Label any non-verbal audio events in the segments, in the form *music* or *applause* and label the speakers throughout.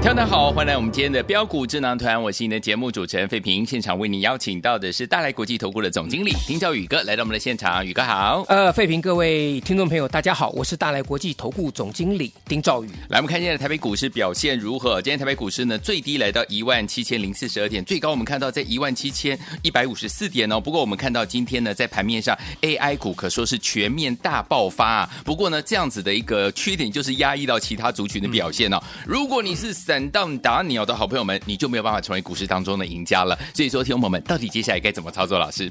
Speaker 1: 听众大家好，欢迎来我们今天的标股智囊团，我是你的节目主持人费平。现场为您邀请到的是大来国际投顾的总经理丁兆宇哥来到我们的现场，宇哥好。
Speaker 2: 呃，费评各位听众朋友，大家好，我是大来国际投顾总经理丁兆宇。
Speaker 1: 来，我们看一下台北股市表现如何？今天台北股市呢，最低来到一万七千零四十二点，最高我们看到在一万七千一百五十四点哦。不过我们看到今天呢，在盘面上 AI 股可说是全面大爆发啊。不过呢，这样子的一个缺点就是压抑到其他族群的表现哦。如果你是散弹打鸟的好朋友们，你就没有办法成为股市当中的赢家了。所以说，听众朋友们，到底接下来该怎么操作？老师，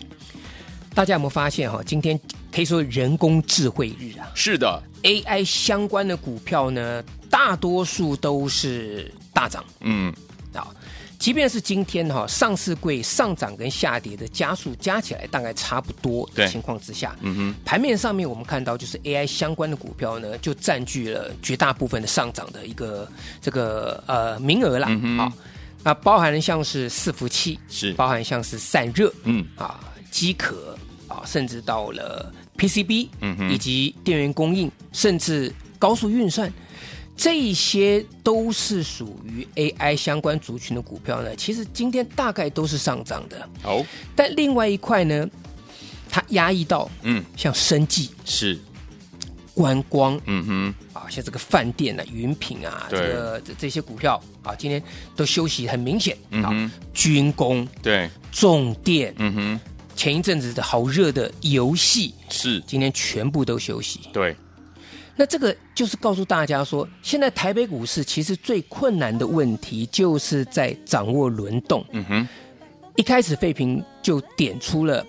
Speaker 2: 大家有没有发现哈、今天可以说人工智慧日啊
Speaker 1: 是的，
Speaker 2: ，AI 相关的股票呢，大多数都是大涨
Speaker 1: 嗯，
Speaker 2: 啊。即便是今天哈、上市柜上涨跟下跌的加速加起来大概差不多
Speaker 1: 对
Speaker 2: 的情况之下，
Speaker 1: 嗯哼，
Speaker 2: 盘面上面我们看到就是 AI 相关的股票呢，就占据了绝大部分的上涨的一个这个呃名额啦，好、
Speaker 1: 嗯哼
Speaker 2: 那包含了像是伺服器，
Speaker 1: 是
Speaker 2: 包含像是散热，
Speaker 1: 嗯，
Speaker 2: 啊机壳啊，甚至到了 PCB，
Speaker 1: 嗯哼
Speaker 2: 以及电源供应，甚至高速运算，这一些都是属于 AI 相关族群的股票呢。其实今天大概都是上涨的，
Speaker 1: 好，
Speaker 2: 但另外一块呢，它压抑到
Speaker 1: 嗯，
Speaker 2: 像生技、
Speaker 1: 是，
Speaker 2: 观光
Speaker 1: 嗯哼，
Speaker 2: 啊，像这个饭店啊、云品啊，这
Speaker 1: 对
Speaker 2: 个这这些股票啊，今天都休息很明显
Speaker 1: 嗯
Speaker 2: 啊
Speaker 1: 哼。
Speaker 2: 军工、
Speaker 1: 对，
Speaker 2: 重电，
Speaker 1: 嗯哼，
Speaker 2: 前一阵子的好热的游戏，
Speaker 1: 是，
Speaker 2: 今天全部都休息。
Speaker 1: 对，
Speaker 2: 那这个就是告诉大家说，现在台北股市其实最困难的问题就是在掌握轮动。
Speaker 1: 嗯哼，
Speaker 2: 一开始费平就点出了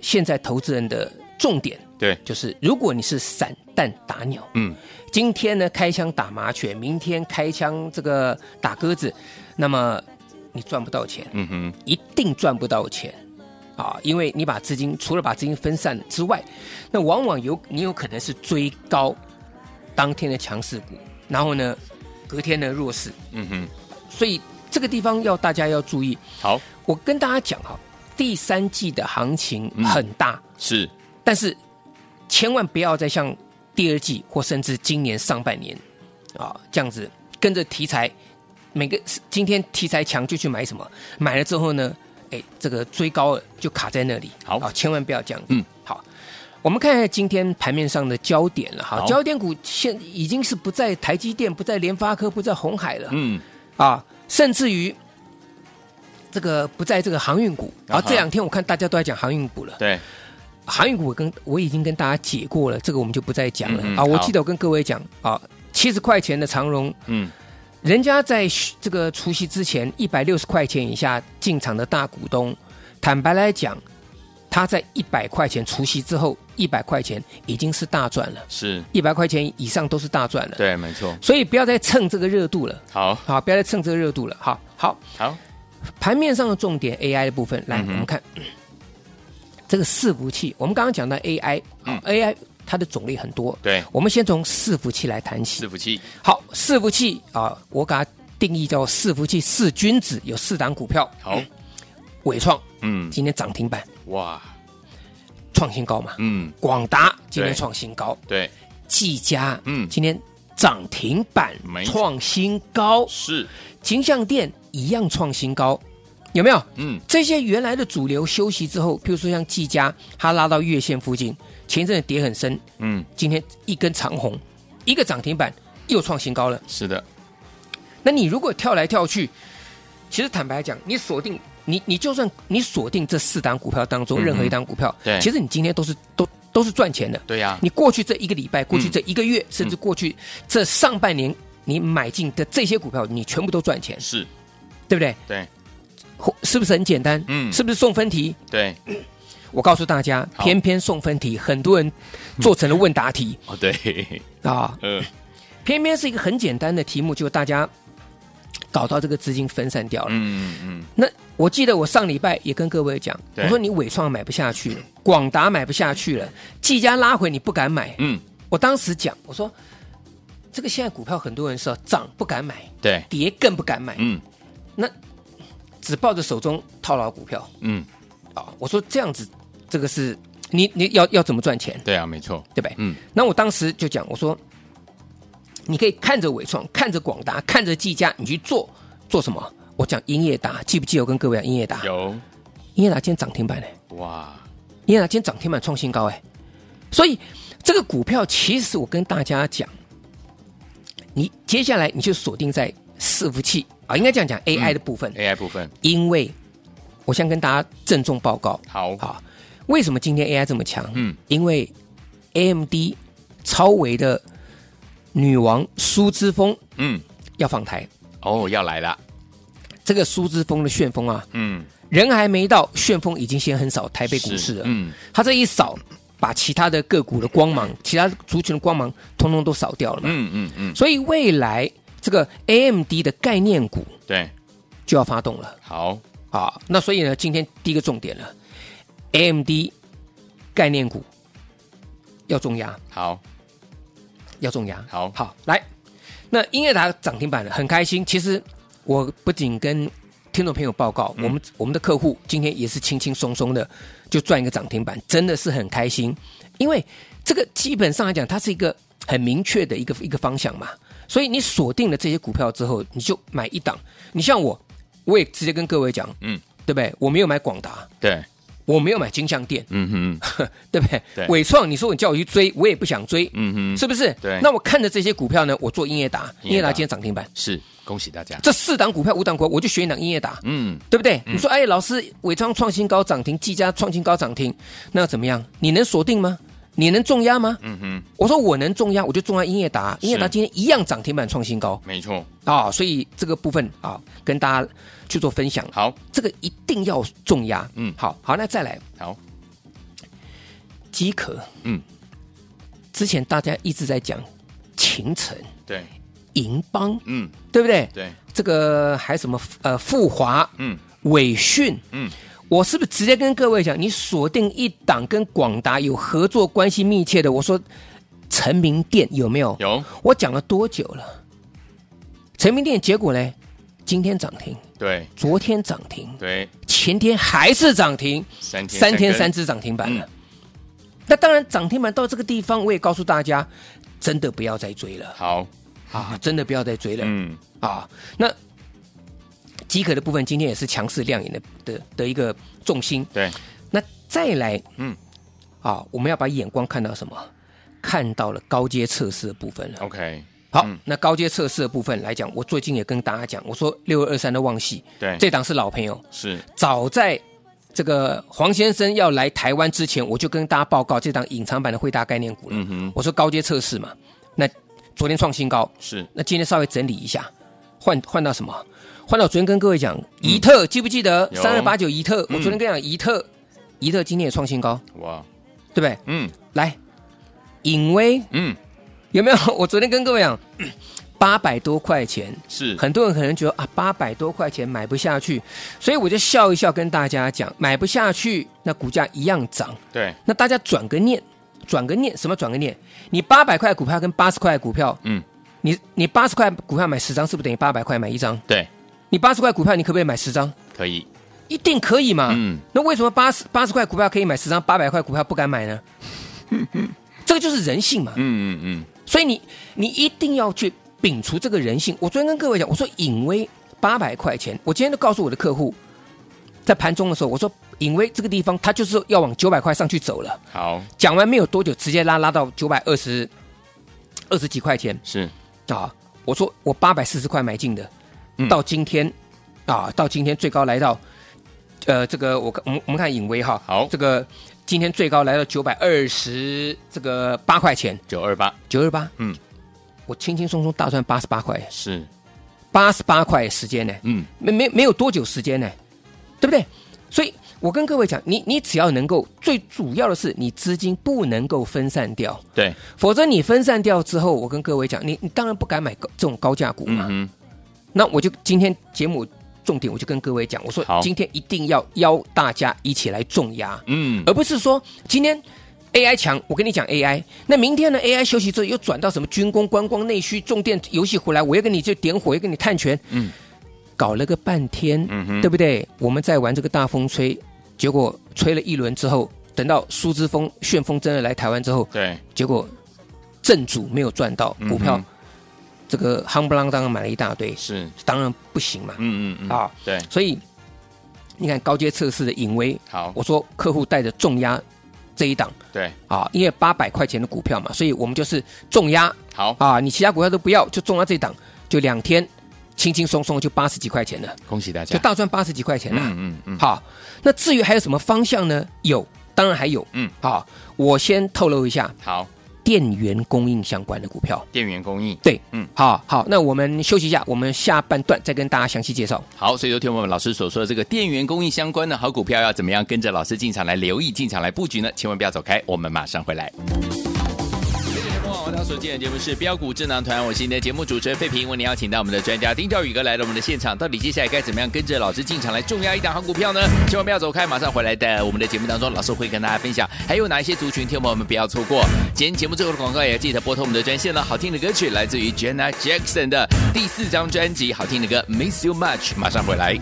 Speaker 2: 现在投资人的重点，
Speaker 1: 对，
Speaker 2: 就是如果你是散弹打鸟，
Speaker 1: 嗯，
Speaker 2: 今天呢开枪打麻雀，明天开枪这个打鸽子，那么你赚不到钱，
Speaker 1: 嗯哼，
Speaker 2: 一定赚不到钱啊！因为你把资金除了把资金分散之外，那往往有你有可能是追高当天的强势股，然后呢隔天的弱势，
Speaker 1: 嗯哼，
Speaker 2: 所以这个地方要大家要注意。
Speaker 1: 好，
Speaker 2: 我跟大家讲哈，第三季的行情
Speaker 1: 嗯
Speaker 2: 很大，
Speaker 1: 是，
Speaker 2: 但是千万不要再像第二季或甚至今年上半年啊这样子跟着题材，每个今天题材强就去买什么，买了之后呢，哎，这个追高了就卡在那里。
Speaker 1: 好
Speaker 2: 啊，千万不要这样。
Speaker 1: 嗯，
Speaker 2: 好。我们看一下今天盘面上的焦点了哈
Speaker 1: 好，
Speaker 2: 焦点股现已经是不在台积电、不在联发科、不在红海了，
Speaker 1: 嗯，
Speaker 2: 啊，甚至于这个不在这个航运股。然
Speaker 1: 啊
Speaker 2: 后
Speaker 1: 哈
Speaker 2: 这两天我看大家都在讲航运股了，
Speaker 1: 对，
Speaker 2: 航运股我跟我已经跟大家解过了，这个我们就不再讲了、
Speaker 1: 嗯嗯
Speaker 2: 啊。我
Speaker 1: 好
Speaker 2: 记得我跟各位讲啊，七十块钱的长荣，
Speaker 1: 嗯，
Speaker 2: 人家在这个除夕之前一百六十块钱以下进场的大股东，坦白来讲，他在一百块钱除夕之后一百块钱已经是大赚了，
Speaker 1: 是，
Speaker 2: 一百块钱以上都是大赚了。
Speaker 1: 对，没错，
Speaker 2: 所以不要再蹭这个热度了，
Speaker 1: 好，
Speaker 2: 好，不要再蹭这个热度了。好，好，
Speaker 1: 好，
Speaker 2: 盘面上的重点 AI 的部分，来、
Speaker 1: 嗯哼
Speaker 2: 我们看 *clears throat* 这个伺服器。我们刚刚讲到 AI，
Speaker 1: 嗯
Speaker 2: 好、AI 它的种类很多，
Speaker 1: 对
Speaker 2: 我们先从伺服器来谈起
Speaker 1: 伺。服器，
Speaker 2: 好，伺服器啊，我给它定义叫伺服器四君子，有四档股票。
Speaker 1: 好，
Speaker 2: 伟创
Speaker 1: 嗯，
Speaker 2: 今天涨停板
Speaker 1: 哇，
Speaker 2: 创新高嘛，
Speaker 1: 嗯，
Speaker 2: 广达今天
Speaker 1: 对
Speaker 2: 创新高，
Speaker 1: 对，
Speaker 2: 技嘉
Speaker 1: 嗯
Speaker 2: 今天涨停板
Speaker 1: 没错
Speaker 2: 创新高，
Speaker 1: 是，
Speaker 2: 金像店一样创新高，有没有？
Speaker 1: 嗯，
Speaker 2: 这些原来的主流休息之后，譬如说像技嘉，它拉到月线附近，前一阵子跌很深，
Speaker 1: 嗯，
Speaker 2: 今天一根长红，一个涨停板又创新高了。
Speaker 1: 是的，
Speaker 2: 那你如果跳来跳去，其实坦白讲，你锁定你你就算你锁定这四档股票当中
Speaker 1: 嗯哼
Speaker 2: 任何一档股票，
Speaker 1: 对
Speaker 2: 其实你今天都是都都是赚钱的。
Speaker 1: 对呀，
Speaker 2: 你过去这一个礼拜，过去这一个月，甚至过去这上半年，你买进的这些股票，你全部都赚钱，
Speaker 1: 是，
Speaker 2: 对不对？
Speaker 1: 对，
Speaker 2: 或是不是很简单？
Speaker 1: 嗯
Speaker 2: 是不是送分题？
Speaker 1: 对，
Speaker 2: 我告诉大家，
Speaker 1: 好
Speaker 2: 偏偏送分题，很多人做成了问答题
Speaker 1: 哦对，
Speaker 2: 啊，
Speaker 1: 呃，
Speaker 2: 偏偏是一个很简单的题目，就大家搞到这个资金分散掉了。
Speaker 1: 嗯嗯
Speaker 2: 那我记得我上礼拜也跟各位讲，
Speaker 1: 对
Speaker 2: 我说你伟创买不下去了，广达买不下去了，技嘉拉回你不敢买。
Speaker 1: 嗯，
Speaker 2: 我当时讲，我说这个现在股票很多人是要涨不敢买，
Speaker 1: 对，
Speaker 2: 跌更不敢买，
Speaker 1: 嗯
Speaker 2: 只抱着手中套牢股票
Speaker 1: 嗯，
Speaker 2: 啊。我说这样子，这个是你你要要怎么赚钱，
Speaker 1: 对啊，没错，
Speaker 2: 对不对？
Speaker 1: 嗯
Speaker 2: 那我当时就讲，我说你可以看着伟创，看着广达，看着技嘉，你去做做什么？我讲英业达，记不记得我跟各位讲英业达？
Speaker 1: 有
Speaker 2: 英业达今天涨停板呢、
Speaker 1: 哇，
Speaker 2: 耶今天涨停板创新高哎，所以这个股票其实我跟大家讲，你接下来你就锁定在伺服器啊，应该这样讲 AI 的部分，
Speaker 1: AI 部分
Speaker 2: 因为我先跟大家郑重报告，
Speaker 1: 好，
Speaker 2: 好，为什么今天 AI 这么强？
Speaker 1: 嗯，
Speaker 2: 因为 AMD 超维的女王苏之峰
Speaker 1: 嗯，
Speaker 2: 要放台，
Speaker 1: 哦，要来了，
Speaker 2: 这个苏之峰的旋风啊，
Speaker 1: 嗯，
Speaker 2: 人还没到，旋风已经先横扫台北股市了，
Speaker 1: 嗯，
Speaker 2: 它这一扫，把其他的个股的光芒、其他族群的光芒，通通都扫掉了嘛。
Speaker 1: 嗯嗯嗯，
Speaker 2: 所以未来这个 AMD 的概念股
Speaker 1: 嗯对，
Speaker 2: 就要发动了
Speaker 1: 好，
Speaker 2: 啊。那所以呢，今天第一个重点了，AMD 概念股要重压，
Speaker 1: 好，
Speaker 2: 要重压。
Speaker 1: 好
Speaker 2: 好，来，那英业达涨停板了，很开心。其实我不仅跟听众朋友报
Speaker 1: 嗯
Speaker 2: 告，我们我们的客户今天也是轻轻松松的就赚一个涨停板，真的是很开心。因为这个基本上来讲，它是一个很明确的一个一个方向嘛。所以你锁定了这些股票之后，你就买一档。你像我，我也直接跟各位讲，
Speaker 1: 嗯，
Speaker 2: 对不对？我没有买广达，
Speaker 1: 对，
Speaker 2: 我没有买金像店， *laughs*
Speaker 1: 嗯哼，
Speaker 2: 对不对？
Speaker 1: 对
Speaker 2: 伟创，你说你叫我去追，我也不想追，
Speaker 1: 嗯哼，
Speaker 2: 是不是？
Speaker 1: 对
Speaker 2: 那我看着这些股票呢，我做英业达，
Speaker 1: 英
Speaker 2: 英
Speaker 1: 业达
Speaker 2: 业达今天涨停板，
Speaker 1: 是，恭喜大家，
Speaker 2: 这四档股票五档股票，我就选一档英业达，
Speaker 1: 嗯，
Speaker 2: 对不对？你说，哎，老师，伟创创新高涨停，技嘉创新高涨停，那要怎么样？你能锁定吗？你能重压吗？
Speaker 1: 嗯哼，
Speaker 2: 我说我能重压，我就重压英业达，
Speaker 1: 是
Speaker 2: 英业达今天一样涨停板创新高
Speaker 1: 没错，
Speaker 2: 啊、所以这个部分啊、跟大家去做分享，啊
Speaker 1: 好，
Speaker 2: 这个一定要重压。
Speaker 1: 嗯
Speaker 2: 好好，那再来
Speaker 1: 好，
Speaker 2: 机壳，
Speaker 1: 嗯，
Speaker 2: 之前大家一直在讲秦城、
Speaker 1: 对，
Speaker 2: 银邦，
Speaker 1: 嗯，
Speaker 2: 对不对？
Speaker 1: 对，
Speaker 2: 这个还有什么呃富华、
Speaker 1: 嗯
Speaker 2: 伟讯，
Speaker 1: 嗯，
Speaker 2: 我是不是直接跟各位讲，你锁定一档跟广达有合作关系密切的？我说成名店有没有？
Speaker 1: 有，
Speaker 2: 我讲了多久了？成名店结果呢？今天涨停，
Speaker 1: 对
Speaker 2: 昨天涨停，
Speaker 1: 对，
Speaker 2: 前天还是涨停，
Speaker 1: 三天
Speaker 2: 三天
Speaker 1: 根
Speaker 2: 三只涨停板了。嗯那当然，涨停板到这个地方，我也告诉大家，真的不要再追了
Speaker 1: 好，
Speaker 2: 啊！真的不要再追了。
Speaker 1: 嗯，
Speaker 2: 啊。那饥渴的部分今天也是强势亮眼的的的一个重心。
Speaker 1: 对，
Speaker 2: 那再来，
Speaker 1: 嗯，
Speaker 2: 啊，我们要把眼光看到什么？看到了高阶测试的部分了。
Speaker 1: OK，
Speaker 2: 好，
Speaker 1: 嗯
Speaker 2: 那高阶测试的部分来讲，我最近也跟大家讲，我说六二三的旺系，
Speaker 1: 对，
Speaker 2: 这档是老朋友，
Speaker 1: 是，
Speaker 2: 早在这个黄先生要来台湾之前，我就跟大家报告这档隐藏版的惠达概念股了。
Speaker 1: 嗯哼，
Speaker 2: 我说高阶测试嘛，那昨天创新高，
Speaker 1: 是，
Speaker 2: 那今天稍微整理一下，换换到什么？换到昨天跟各位讲，怡特、记不记得
Speaker 1: 有
Speaker 2: 三二八九怡特？
Speaker 1: 嗯
Speaker 2: 我昨天跟你讲怡特，怡特今天也创新高，
Speaker 1: 哇，
Speaker 2: 对不对？
Speaker 1: 嗯
Speaker 2: 来，影威
Speaker 1: 嗯，
Speaker 2: 有没有？ *laughs* 我昨天跟各位讲， *clears throat* 八百多块钱，
Speaker 1: 是，
Speaker 2: 很多人可能觉得啊，八百多块钱买不下去，所以我就笑一笑跟大家讲，买不下去，那股价一样涨。
Speaker 1: 对，
Speaker 2: 那大家转个念，转个念，什么转个念？你八百块股票跟八十块股票，
Speaker 1: 嗯，
Speaker 2: 你你八十块股票买十张，是不是等于八百块买一张？
Speaker 1: 对，
Speaker 2: 你八十块股票，你可不可以买十张？
Speaker 1: 可以，
Speaker 2: 一定可以嘛？
Speaker 1: 嗯，
Speaker 2: 那为什么八十八十块股票可以买十张，八百块股票不敢买
Speaker 1: *laughs*
Speaker 2: 呢？这个就是人性嘛。
Speaker 1: 嗯嗯嗯，
Speaker 2: 所以你你一定要去摒除这个人性。我昨天跟各位讲，我说隐微八百块钱，我今天都告诉我的客户，在盘中的时候，我说隐微这个地方它就是要往九百块上去走了。
Speaker 1: 好，
Speaker 2: 讲完没有多久，直接拉拉到九百二十二十几块钱
Speaker 1: 是，
Speaker 2: 啊！我说我八百四十块买进的，
Speaker 1: 嗯
Speaker 2: 到今天啊，到今天最高来到呃，这个我看我们我们看影威哈，
Speaker 1: 好
Speaker 2: 这个今天最高来到九百二十这个八块钱，
Speaker 1: 九二八，
Speaker 2: 九二八，
Speaker 1: 嗯，
Speaker 2: 我轻轻松松大赚八十八块，
Speaker 1: 是，
Speaker 2: 八十八块时间呢，
Speaker 1: 嗯，
Speaker 2: 没没没有多久时间呢，对不对？所以我跟各位讲，你你只要能够，最主要的是你资金不能够分散掉，
Speaker 1: 对，
Speaker 2: 否则你分散掉之后，我跟各位讲，你你当然不敢买高这种高价股嘛。
Speaker 1: 嗯
Speaker 2: 那我就今天节目重点，我就跟各位讲，我说
Speaker 1: 好
Speaker 2: 今天一定要邀大家一起来重压，
Speaker 1: 嗯，
Speaker 2: 而不是说今天 AI 强，我跟你讲 AI，那明天呢 AI 休息之后又转到什么军工、观光、内需、重电、游戏回来，我又跟你就点火，又跟你探权，
Speaker 1: 嗯，
Speaker 2: 搞了个半天，
Speaker 1: 嗯哼
Speaker 2: 对不对？我们在玩这个大风吹，结果吹了一轮之后，等到苏之风、旋风真的来台湾之后，
Speaker 1: 对，
Speaker 2: 结果正主没有赚到股票，
Speaker 1: 嗯哼
Speaker 2: 这个夯不啷当买了一大堆，
Speaker 1: 是，
Speaker 2: 当然不行嘛，
Speaker 1: 嗯嗯嗯，
Speaker 2: 啊，
Speaker 1: 对，
Speaker 2: 所以你看高阶测试的影威，
Speaker 1: 好，
Speaker 2: 我说客户带着重压这一档
Speaker 1: 对，
Speaker 2: 啊，因为八百块钱的股票嘛，所以我们就是重压
Speaker 1: 好，
Speaker 2: 啊，你其他股票都不要，就重压这一档，就两天轻轻松松就八十几块钱了，
Speaker 1: 恭喜大家
Speaker 2: 就，大赚八十几块钱了。
Speaker 1: 啊嗯嗯嗯，
Speaker 2: 好，那至于还有什么方向呢？有，当然还有。
Speaker 1: 嗯，
Speaker 2: 好，我先透露一下
Speaker 1: 好，
Speaker 2: 电源供应相关的股票。
Speaker 1: 电源供应，
Speaker 2: 对，
Speaker 1: 嗯，
Speaker 2: 好好，那我们休息一下，我们下半段再跟大家详细介绍。
Speaker 1: 好，所以昨天我们老师所说的这个电源供应相关的好股票，要怎么样跟着老师进场来留意、进场来布局呢？千万不要走开，我们马上回来。我们所见的节目是标股智囊团，我是你的节目主持人费平。为您邀请到我们的专家丁兆宇哥来到我们的现场，到底接下来该怎么样跟着老师进场来重压一档好股票呢？千万不要走开，马上回来的我们的节目当中，老师会跟大家分享还有哪一些族群，听众朋友们不要错过。今天节目最后的广告也要记得拨通我们的专线了。好听的歌曲来自于 Jenna Jackson 的第四张专辑，好听的歌《Miss You Much》，马上回来。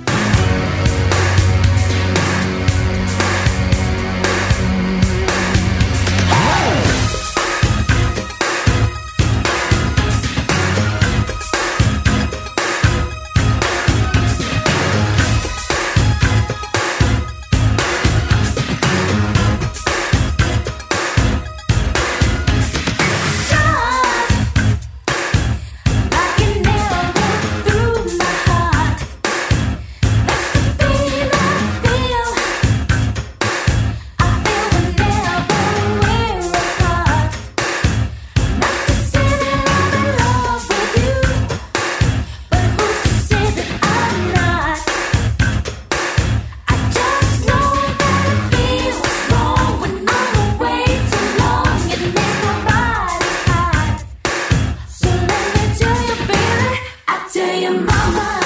Speaker 3: Tell your mama,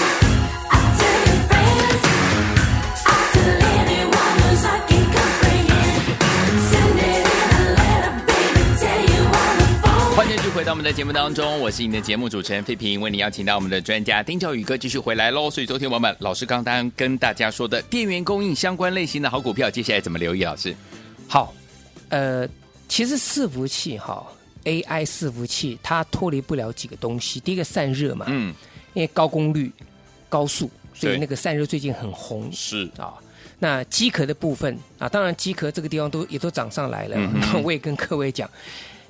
Speaker 3: I tell your friends, I tell anyone 'cause I can't comprehend. Send it in a letter, baby. Tell you on the phone.
Speaker 1: 欢迎继续回到我们的节目当中，我是你的节目主持人费平，为你邀请到我们的专家丁兆宇哥继续回来喽。所以昨天我们老师刚刚跟大家说的电源供应相关类型的好股票，接下来怎么留意？老啊师，
Speaker 2: 好，呃，其实伺服器哈，AI 伺服器它脱离不了几个东西，第一个散热嘛，
Speaker 1: 嗯，
Speaker 2: 因为高功率、高速，所以
Speaker 1: 对
Speaker 2: 那个散热最近很红
Speaker 1: 是
Speaker 2: 啊。那机壳的部分啊，当然机壳这个地方都也都涨上来了。
Speaker 1: 嗯
Speaker 2: 那 *laughs* 我也跟各位讲，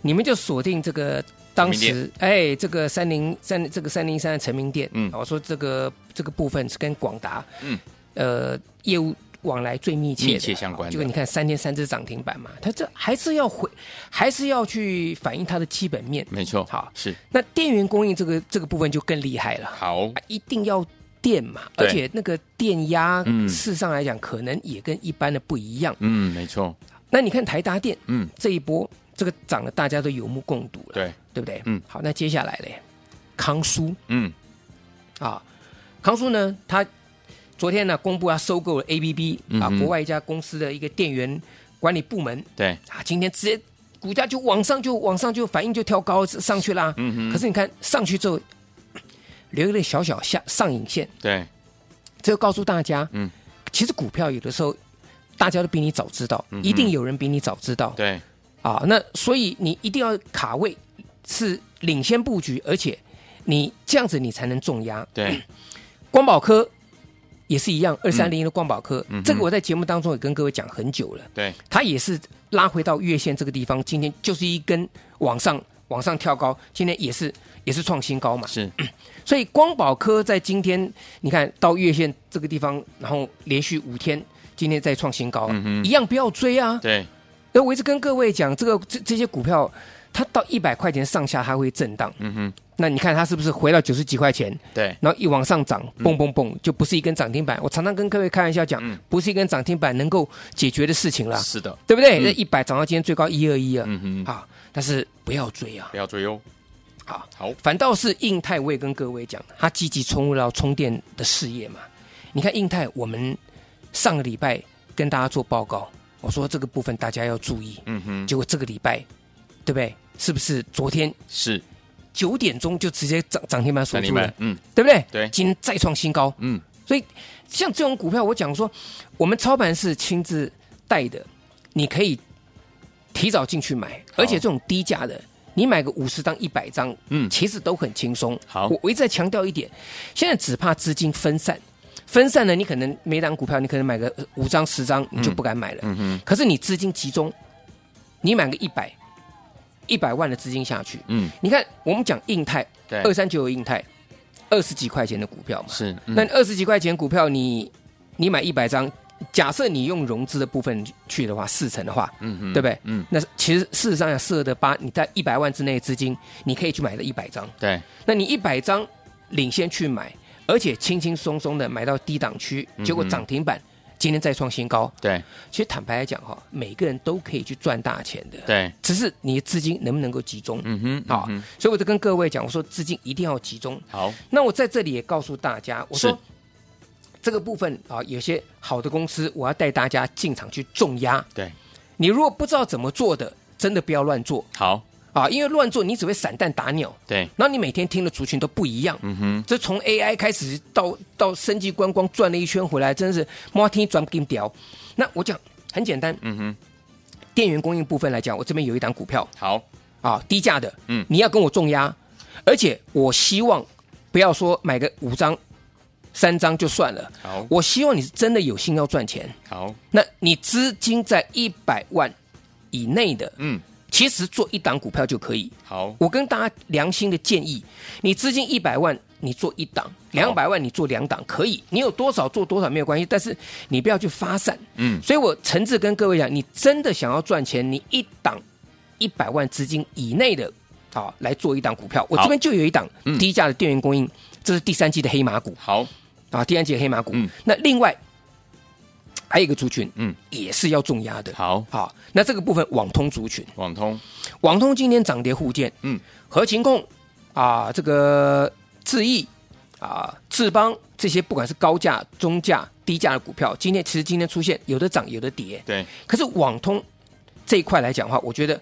Speaker 2: 你们就锁定这个当
Speaker 1: 明
Speaker 2: 时哎，这个三零三这个三零三的成名店，
Speaker 1: 嗯
Speaker 2: 啊我说这个这个部分是跟广达，
Speaker 1: 嗯，
Speaker 2: 呃，业务往来最密切的啊
Speaker 1: 密切相关的
Speaker 2: 就你看三天三只涨停板嘛，它这还是要回，还是要去反映它的基本面。
Speaker 1: 没错，
Speaker 2: 好
Speaker 1: 是
Speaker 2: 那电源供应这个这个部分就更厉害了。
Speaker 1: 好，
Speaker 2: 啊一定要电嘛，
Speaker 1: 对
Speaker 2: 而且那个电压，
Speaker 1: 嗯
Speaker 2: 事实上来讲，可能也跟一般的不一样。
Speaker 1: 嗯，没错，
Speaker 2: 那你看台达电
Speaker 1: 嗯，
Speaker 2: 这一波，这个涨了，大家都有目共睹了，
Speaker 1: 对，
Speaker 2: 对不对？
Speaker 1: 嗯
Speaker 2: 好，那接下来嘞，康舒
Speaker 1: 嗯，
Speaker 2: 啊，康舒呢，它昨天呢公布要收购了 ABB 啊，
Speaker 1: 嗯哼
Speaker 2: 国外一家公司的一个电源管理部门
Speaker 1: 对，
Speaker 2: 啊，今天直接股价就往上就往上就反应就跳高上去啦。
Speaker 1: 嗯哼
Speaker 2: 可是你看上去之后，留一个小小下上影线。
Speaker 1: 对，
Speaker 2: 这就告诉大家，
Speaker 1: 嗯
Speaker 2: 嗯，其实股票有的时候大家都比你早知道，
Speaker 1: 嗯哼嗯
Speaker 2: 一定有人比你早知道，
Speaker 1: 对，
Speaker 2: 啊，那所以你一定要卡位，是领先布局，而且你这样子你才能重压。
Speaker 1: 对，
Speaker 2: 光宝科也是一样，二三零一的光宝科，
Speaker 1: 嗯嗯哼
Speaker 2: 这个我在节目当中也跟各位讲很久了，
Speaker 1: 对，
Speaker 2: 它也是拉回到月线这个地方，今天就是一根往上往上跳高，今天也是也是创新高嘛，
Speaker 1: 是，
Speaker 2: *clears throat* 所以光宝科在今天，你看到月线这个地方，然后连续五天，今天再创新高，啊
Speaker 1: 嗯哼
Speaker 2: 一样不要追啊。
Speaker 1: 对，
Speaker 2: 那我一直跟各位讲，这个这这些股票，它到一百块钱上下它会震荡，
Speaker 1: 嗯哼，
Speaker 2: 那你看它是不是回到九十几块钱？
Speaker 1: 对，嗯
Speaker 2: 然后一往上涨，蹦蹦蹦，就不是一根涨停板。我常常跟各位开玩笑讲，不是一根涨停板能够解决的事情了，
Speaker 1: 是的，
Speaker 2: 对不对？
Speaker 1: 嗯
Speaker 2: 那一百涨到今天最高一二一啊，
Speaker 1: 嗯哼，
Speaker 2: 啊，但是不要追啊，
Speaker 1: 不要追哦。
Speaker 2: 好，
Speaker 1: 好，
Speaker 2: 反倒是印泰，我也跟各位讲，它积极冲入到充电的事业嘛。你看印泰，我们上个礼拜跟大家做报告，我说这个部分大家要注意，
Speaker 1: 嗯哼，
Speaker 2: 结果这个礼拜，对不对？是不是昨天
Speaker 1: 是
Speaker 2: 九点钟就直接涨涨停板锁
Speaker 1: 三零
Speaker 2: 住
Speaker 1: 板
Speaker 2: 了，，
Speaker 1: 嗯
Speaker 2: 对不对？
Speaker 1: 对
Speaker 2: 今天再创新高，
Speaker 1: 嗯，
Speaker 2: 所以像这种股票，我讲说，我们操盘是亲自带的，你可以提早进去买，而且这种低价的，你买个五十张、一百张，
Speaker 1: 嗯
Speaker 2: 其实都很轻松。
Speaker 1: 好
Speaker 2: 我我一直在强调一点，现在只怕资金分散。分散了，你可能每档股票，你可能买个五张、十张，你就不敢买了。
Speaker 1: 嗯哼，
Speaker 2: 可是你资金集中，你买个一百一百万的资金下去，
Speaker 1: 嗯，
Speaker 2: 你看我们讲印泰
Speaker 1: 对，
Speaker 2: 二三九有印泰，二十几块钱的股票嘛，
Speaker 1: 是，嗯
Speaker 2: 那二十几块钱股票你，你买一百张，假设你用融资的部分去的话，四成的话，
Speaker 1: 嗯哼
Speaker 2: 对不对
Speaker 1: 嗯，
Speaker 2: 那其实事实上要四二的八，你在一百万之内的资金，你可以去买了一百张。
Speaker 1: 对，
Speaker 2: 那你一百张领先去买，而且轻轻松松的买到低档区，结果涨停板，今天再创新高。
Speaker 1: 嗯对，
Speaker 2: 其实坦白来讲哈，每个人都可以去赚大钱的，
Speaker 1: 对，
Speaker 2: 只是你的资金能不能够集中。
Speaker 1: 嗯哼，
Speaker 2: 好
Speaker 1: 嗯哼，
Speaker 2: 所以我就跟各位讲，我说资金一定要集中。
Speaker 1: 好，
Speaker 2: 那我在这里也告诉大家，我
Speaker 1: 是
Speaker 2: 说这个部分啊，有些好的公司，我要带大家进场去重压。
Speaker 1: 对，
Speaker 2: 你如果不知道怎么做的，真的不要乱做
Speaker 1: 好，
Speaker 2: 啊，因为乱做你只会散弹打鸟，
Speaker 1: 对，
Speaker 2: 然后你每天听的族群都不一样。
Speaker 1: 嗯哼，
Speaker 2: 这从 AI 开始到到升级观光转了一圈回来，真是摩天转金屌。那我讲很简单，
Speaker 1: 嗯哼，
Speaker 2: 电源供应部分来讲，我这边有一档股票
Speaker 1: 好，
Speaker 2: 啊，低价的，
Speaker 1: 嗯
Speaker 2: 你要跟我重压，而且我希望不要说买个五张、三张就算了，
Speaker 1: 好，
Speaker 2: 我希望你是真的有心要赚钱。
Speaker 1: 好，
Speaker 2: 那你资金在一百万以内的，
Speaker 1: 嗯，
Speaker 2: 其实做一档股票就可以。
Speaker 1: 好，
Speaker 2: 我跟大家良心的建议，你资金一百万，你做一档；两百万，你做两档，可以。你有多少做多少没有关系，但是你不要去发散。
Speaker 1: 嗯，
Speaker 2: 所以我诚挚跟各位讲，你真的想要赚钱，你一档一百万资金以内的，好来做一档股票。我
Speaker 1: 好
Speaker 2: 这边就有一档
Speaker 1: 嗯
Speaker 2: 低价的电源供应，这是第三季的黑马股
Speaker 1: 好，
Speaker 2: 啊，第三季的黑马股。
Speaker 1: 嗯
Speaker 2: 那另外还有一个族群，
Speaker 1: 嗯，
Speaker 2: 也是要重压的。
Speaker 1: 好，
Speaker 2: 好，那这个部分网通族群，
Speaker 1: 网通，
Speaker 2: 网通今天涨跌互见，
Speaker 1: 嗯，
Speaker 2: 合情控啊，这个智易啊、智邦这些，不管是高价、中价、低价的股票，今天其实今天出现有的涨，有的跌，
Speaker 1: 对，
Speaker 2: 可是网通这一块来讲的话，我觉得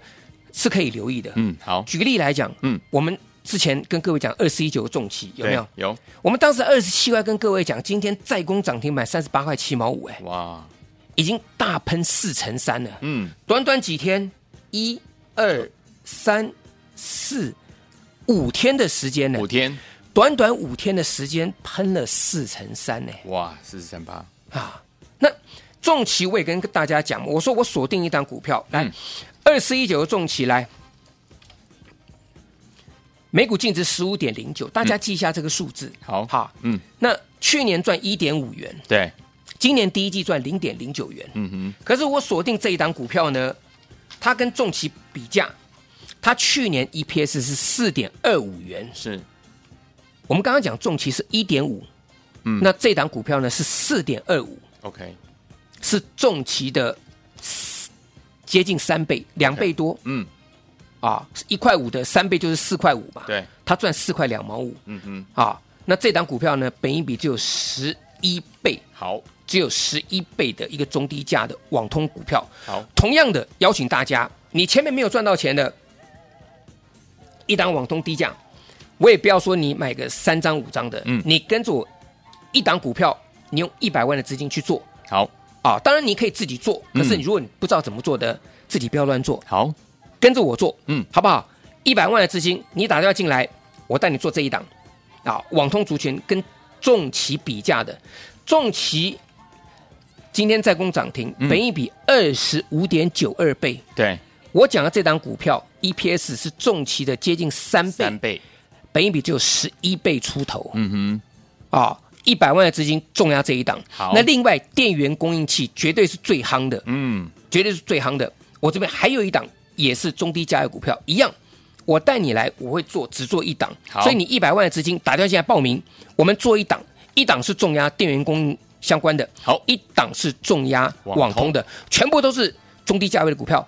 Speaker 2: 是可以留意的。
Speaker 1: 嗯，好，
Speaker 2: 举个例来讲，
Speaker 1: 嗯，
Speaker 2: 我们之前跟各位讲二四一九的重企有没
Speaker 1: 对
Speaker 2: 有？？
Speaker 1: 有，
Speaker 2: 我们当时二十七块跟各位讲，今天再攻涨停板三十八块七毛五，哎，
Speaker 1: 哇，
Speaker 2: 已经大喷四成三了。
Speaker 1: 嗯，
Speaker 2: 短短几天，一、二、三、四、五天的时间呢
Speaker 1: 五，天，
Speaker 2: 短短五天的时间喷了四成三呢
Speaker 1: 哇，四十三八，
Speaker 2: 啊！那重旗我也跟大家讲，我说我锁定一档股票，来
Speaker 1: 嗯
Speaker 2: 二四一九的重旗来，每股净值十五点零九，大家记一下这个数字。
Speaker 1: 嗯好，
Speaker 2: 好，
Speaker 1: 嗯，
Speaker 2: 那去年赚一点五元，
Speaker 1: 对，
Speaker 2: 今年第一季赚零点零九元。
Speaker 1: 嗯
Speaker 2: 可是我锁定这一档股票呢，它跟重企比价，它去年 EPS 是四点二五元
Speaker 1: 哼，，是，
Speaker 2: 我们刚刚讲重企是一点五，
Speaker 1: 嗯
Speaker 2: 那这档股票呢是四点二五，
Speaker 1: OK，
Speaker 2: 是重企的接近三倍，两倍多
Speaker 1: 嗯，
Speaker 2: 啊，一块五的三倍就是四块五嘛，
Speaker 1: 对，
Speaker 2: 它赚四块两毛五
Speaker 1: 嗯哼，
Speaker 2: 啊，那这档股票呢，本益比只有十一倍，
Speaker 1: 好，
Speaker 2: 只有十一倍的一个中低价的网通股票。
Speaker 1: 好，
Speaker 2: 同样的，邀请大家，你前面没有赚到钱的，一档网通低价，我也不要说你买个三张五张的，
Speaker 1: 嗯
Speaker 2: 你跟着我一档股票，你用一百万的资金去做
Speaker 1: 好，
Speaker 2: 啊，当然你可以自己做，可是
Speaker 1: 嗯
Speaker 2: 你如果你不知道怎么做的，自己不要乱做，
Speaker 1: 好，
Speaker 2: 跟着我做，
Speaker 1: 嗯
Speaker 2: 好不好？一百万的资金，你打电话进来，我带你做这一档啊，网通族群跟重旗比价的，重旗今天在攻涨停，
Speaker 1: 嗯
Speaker 2: 本一比二十五点九二倍。
Speaker 1: 对，
Speaker 2: 我讲的这档股票 EPS 是重旗的接近三倍，
Speaker 1: 三倍，
Speaker 2: 本一比只有十一倍出头
Speaker 1: 嗯
Speaker 2: 啊。一百万的资金重压这一档，
Speaker 1: 好
Speaker 2: 那另外电源供应器绝对是最夯的
Speaker 1: 哼，，嗯，
Speaker 2: 绝对是最夯的。我这边还有一档也是中低价的股票，一样，我带你来，我会做只做一档
Speaker 1: 好，
Speaker 2: 所以你一百万的资金打掉进来报名，我们做一档，一档是重压电源供应相关的，哦
Speaker 1: 好
Speaker 2: 一档是重压
Speaker 1: 网
Speaker 2: 网通的，全部都是中低价位的股票，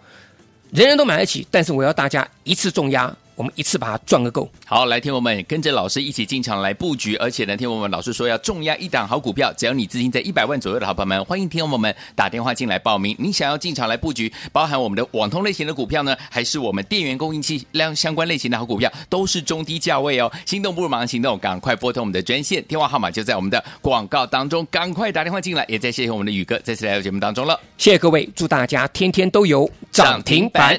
Speaker 2: 人人都买得起，但是我要大家一次重压，我们一次把它赚个够。
Speaker 1: 好，来，听我们跟着老师一起进场来布局，而且呢，听我们老师说要重压一档好股票，只要你资金在一百万左右的好朋友们，欢迎听我们打电话进来报名。你想要进场来布局，包含我们的网通类型的股票呢，还是我们电源供应器量相关类型的好股票，都是中低价位哦。心动不如马上行动，赶快拨通我们的专线，电话号码就在我们的广告当中，赶快打电话进来。也再谢谢我们的宇哥再次来到节目当中了。
Speaker 2: 谢谢各位，祝大家天天都有涨停板。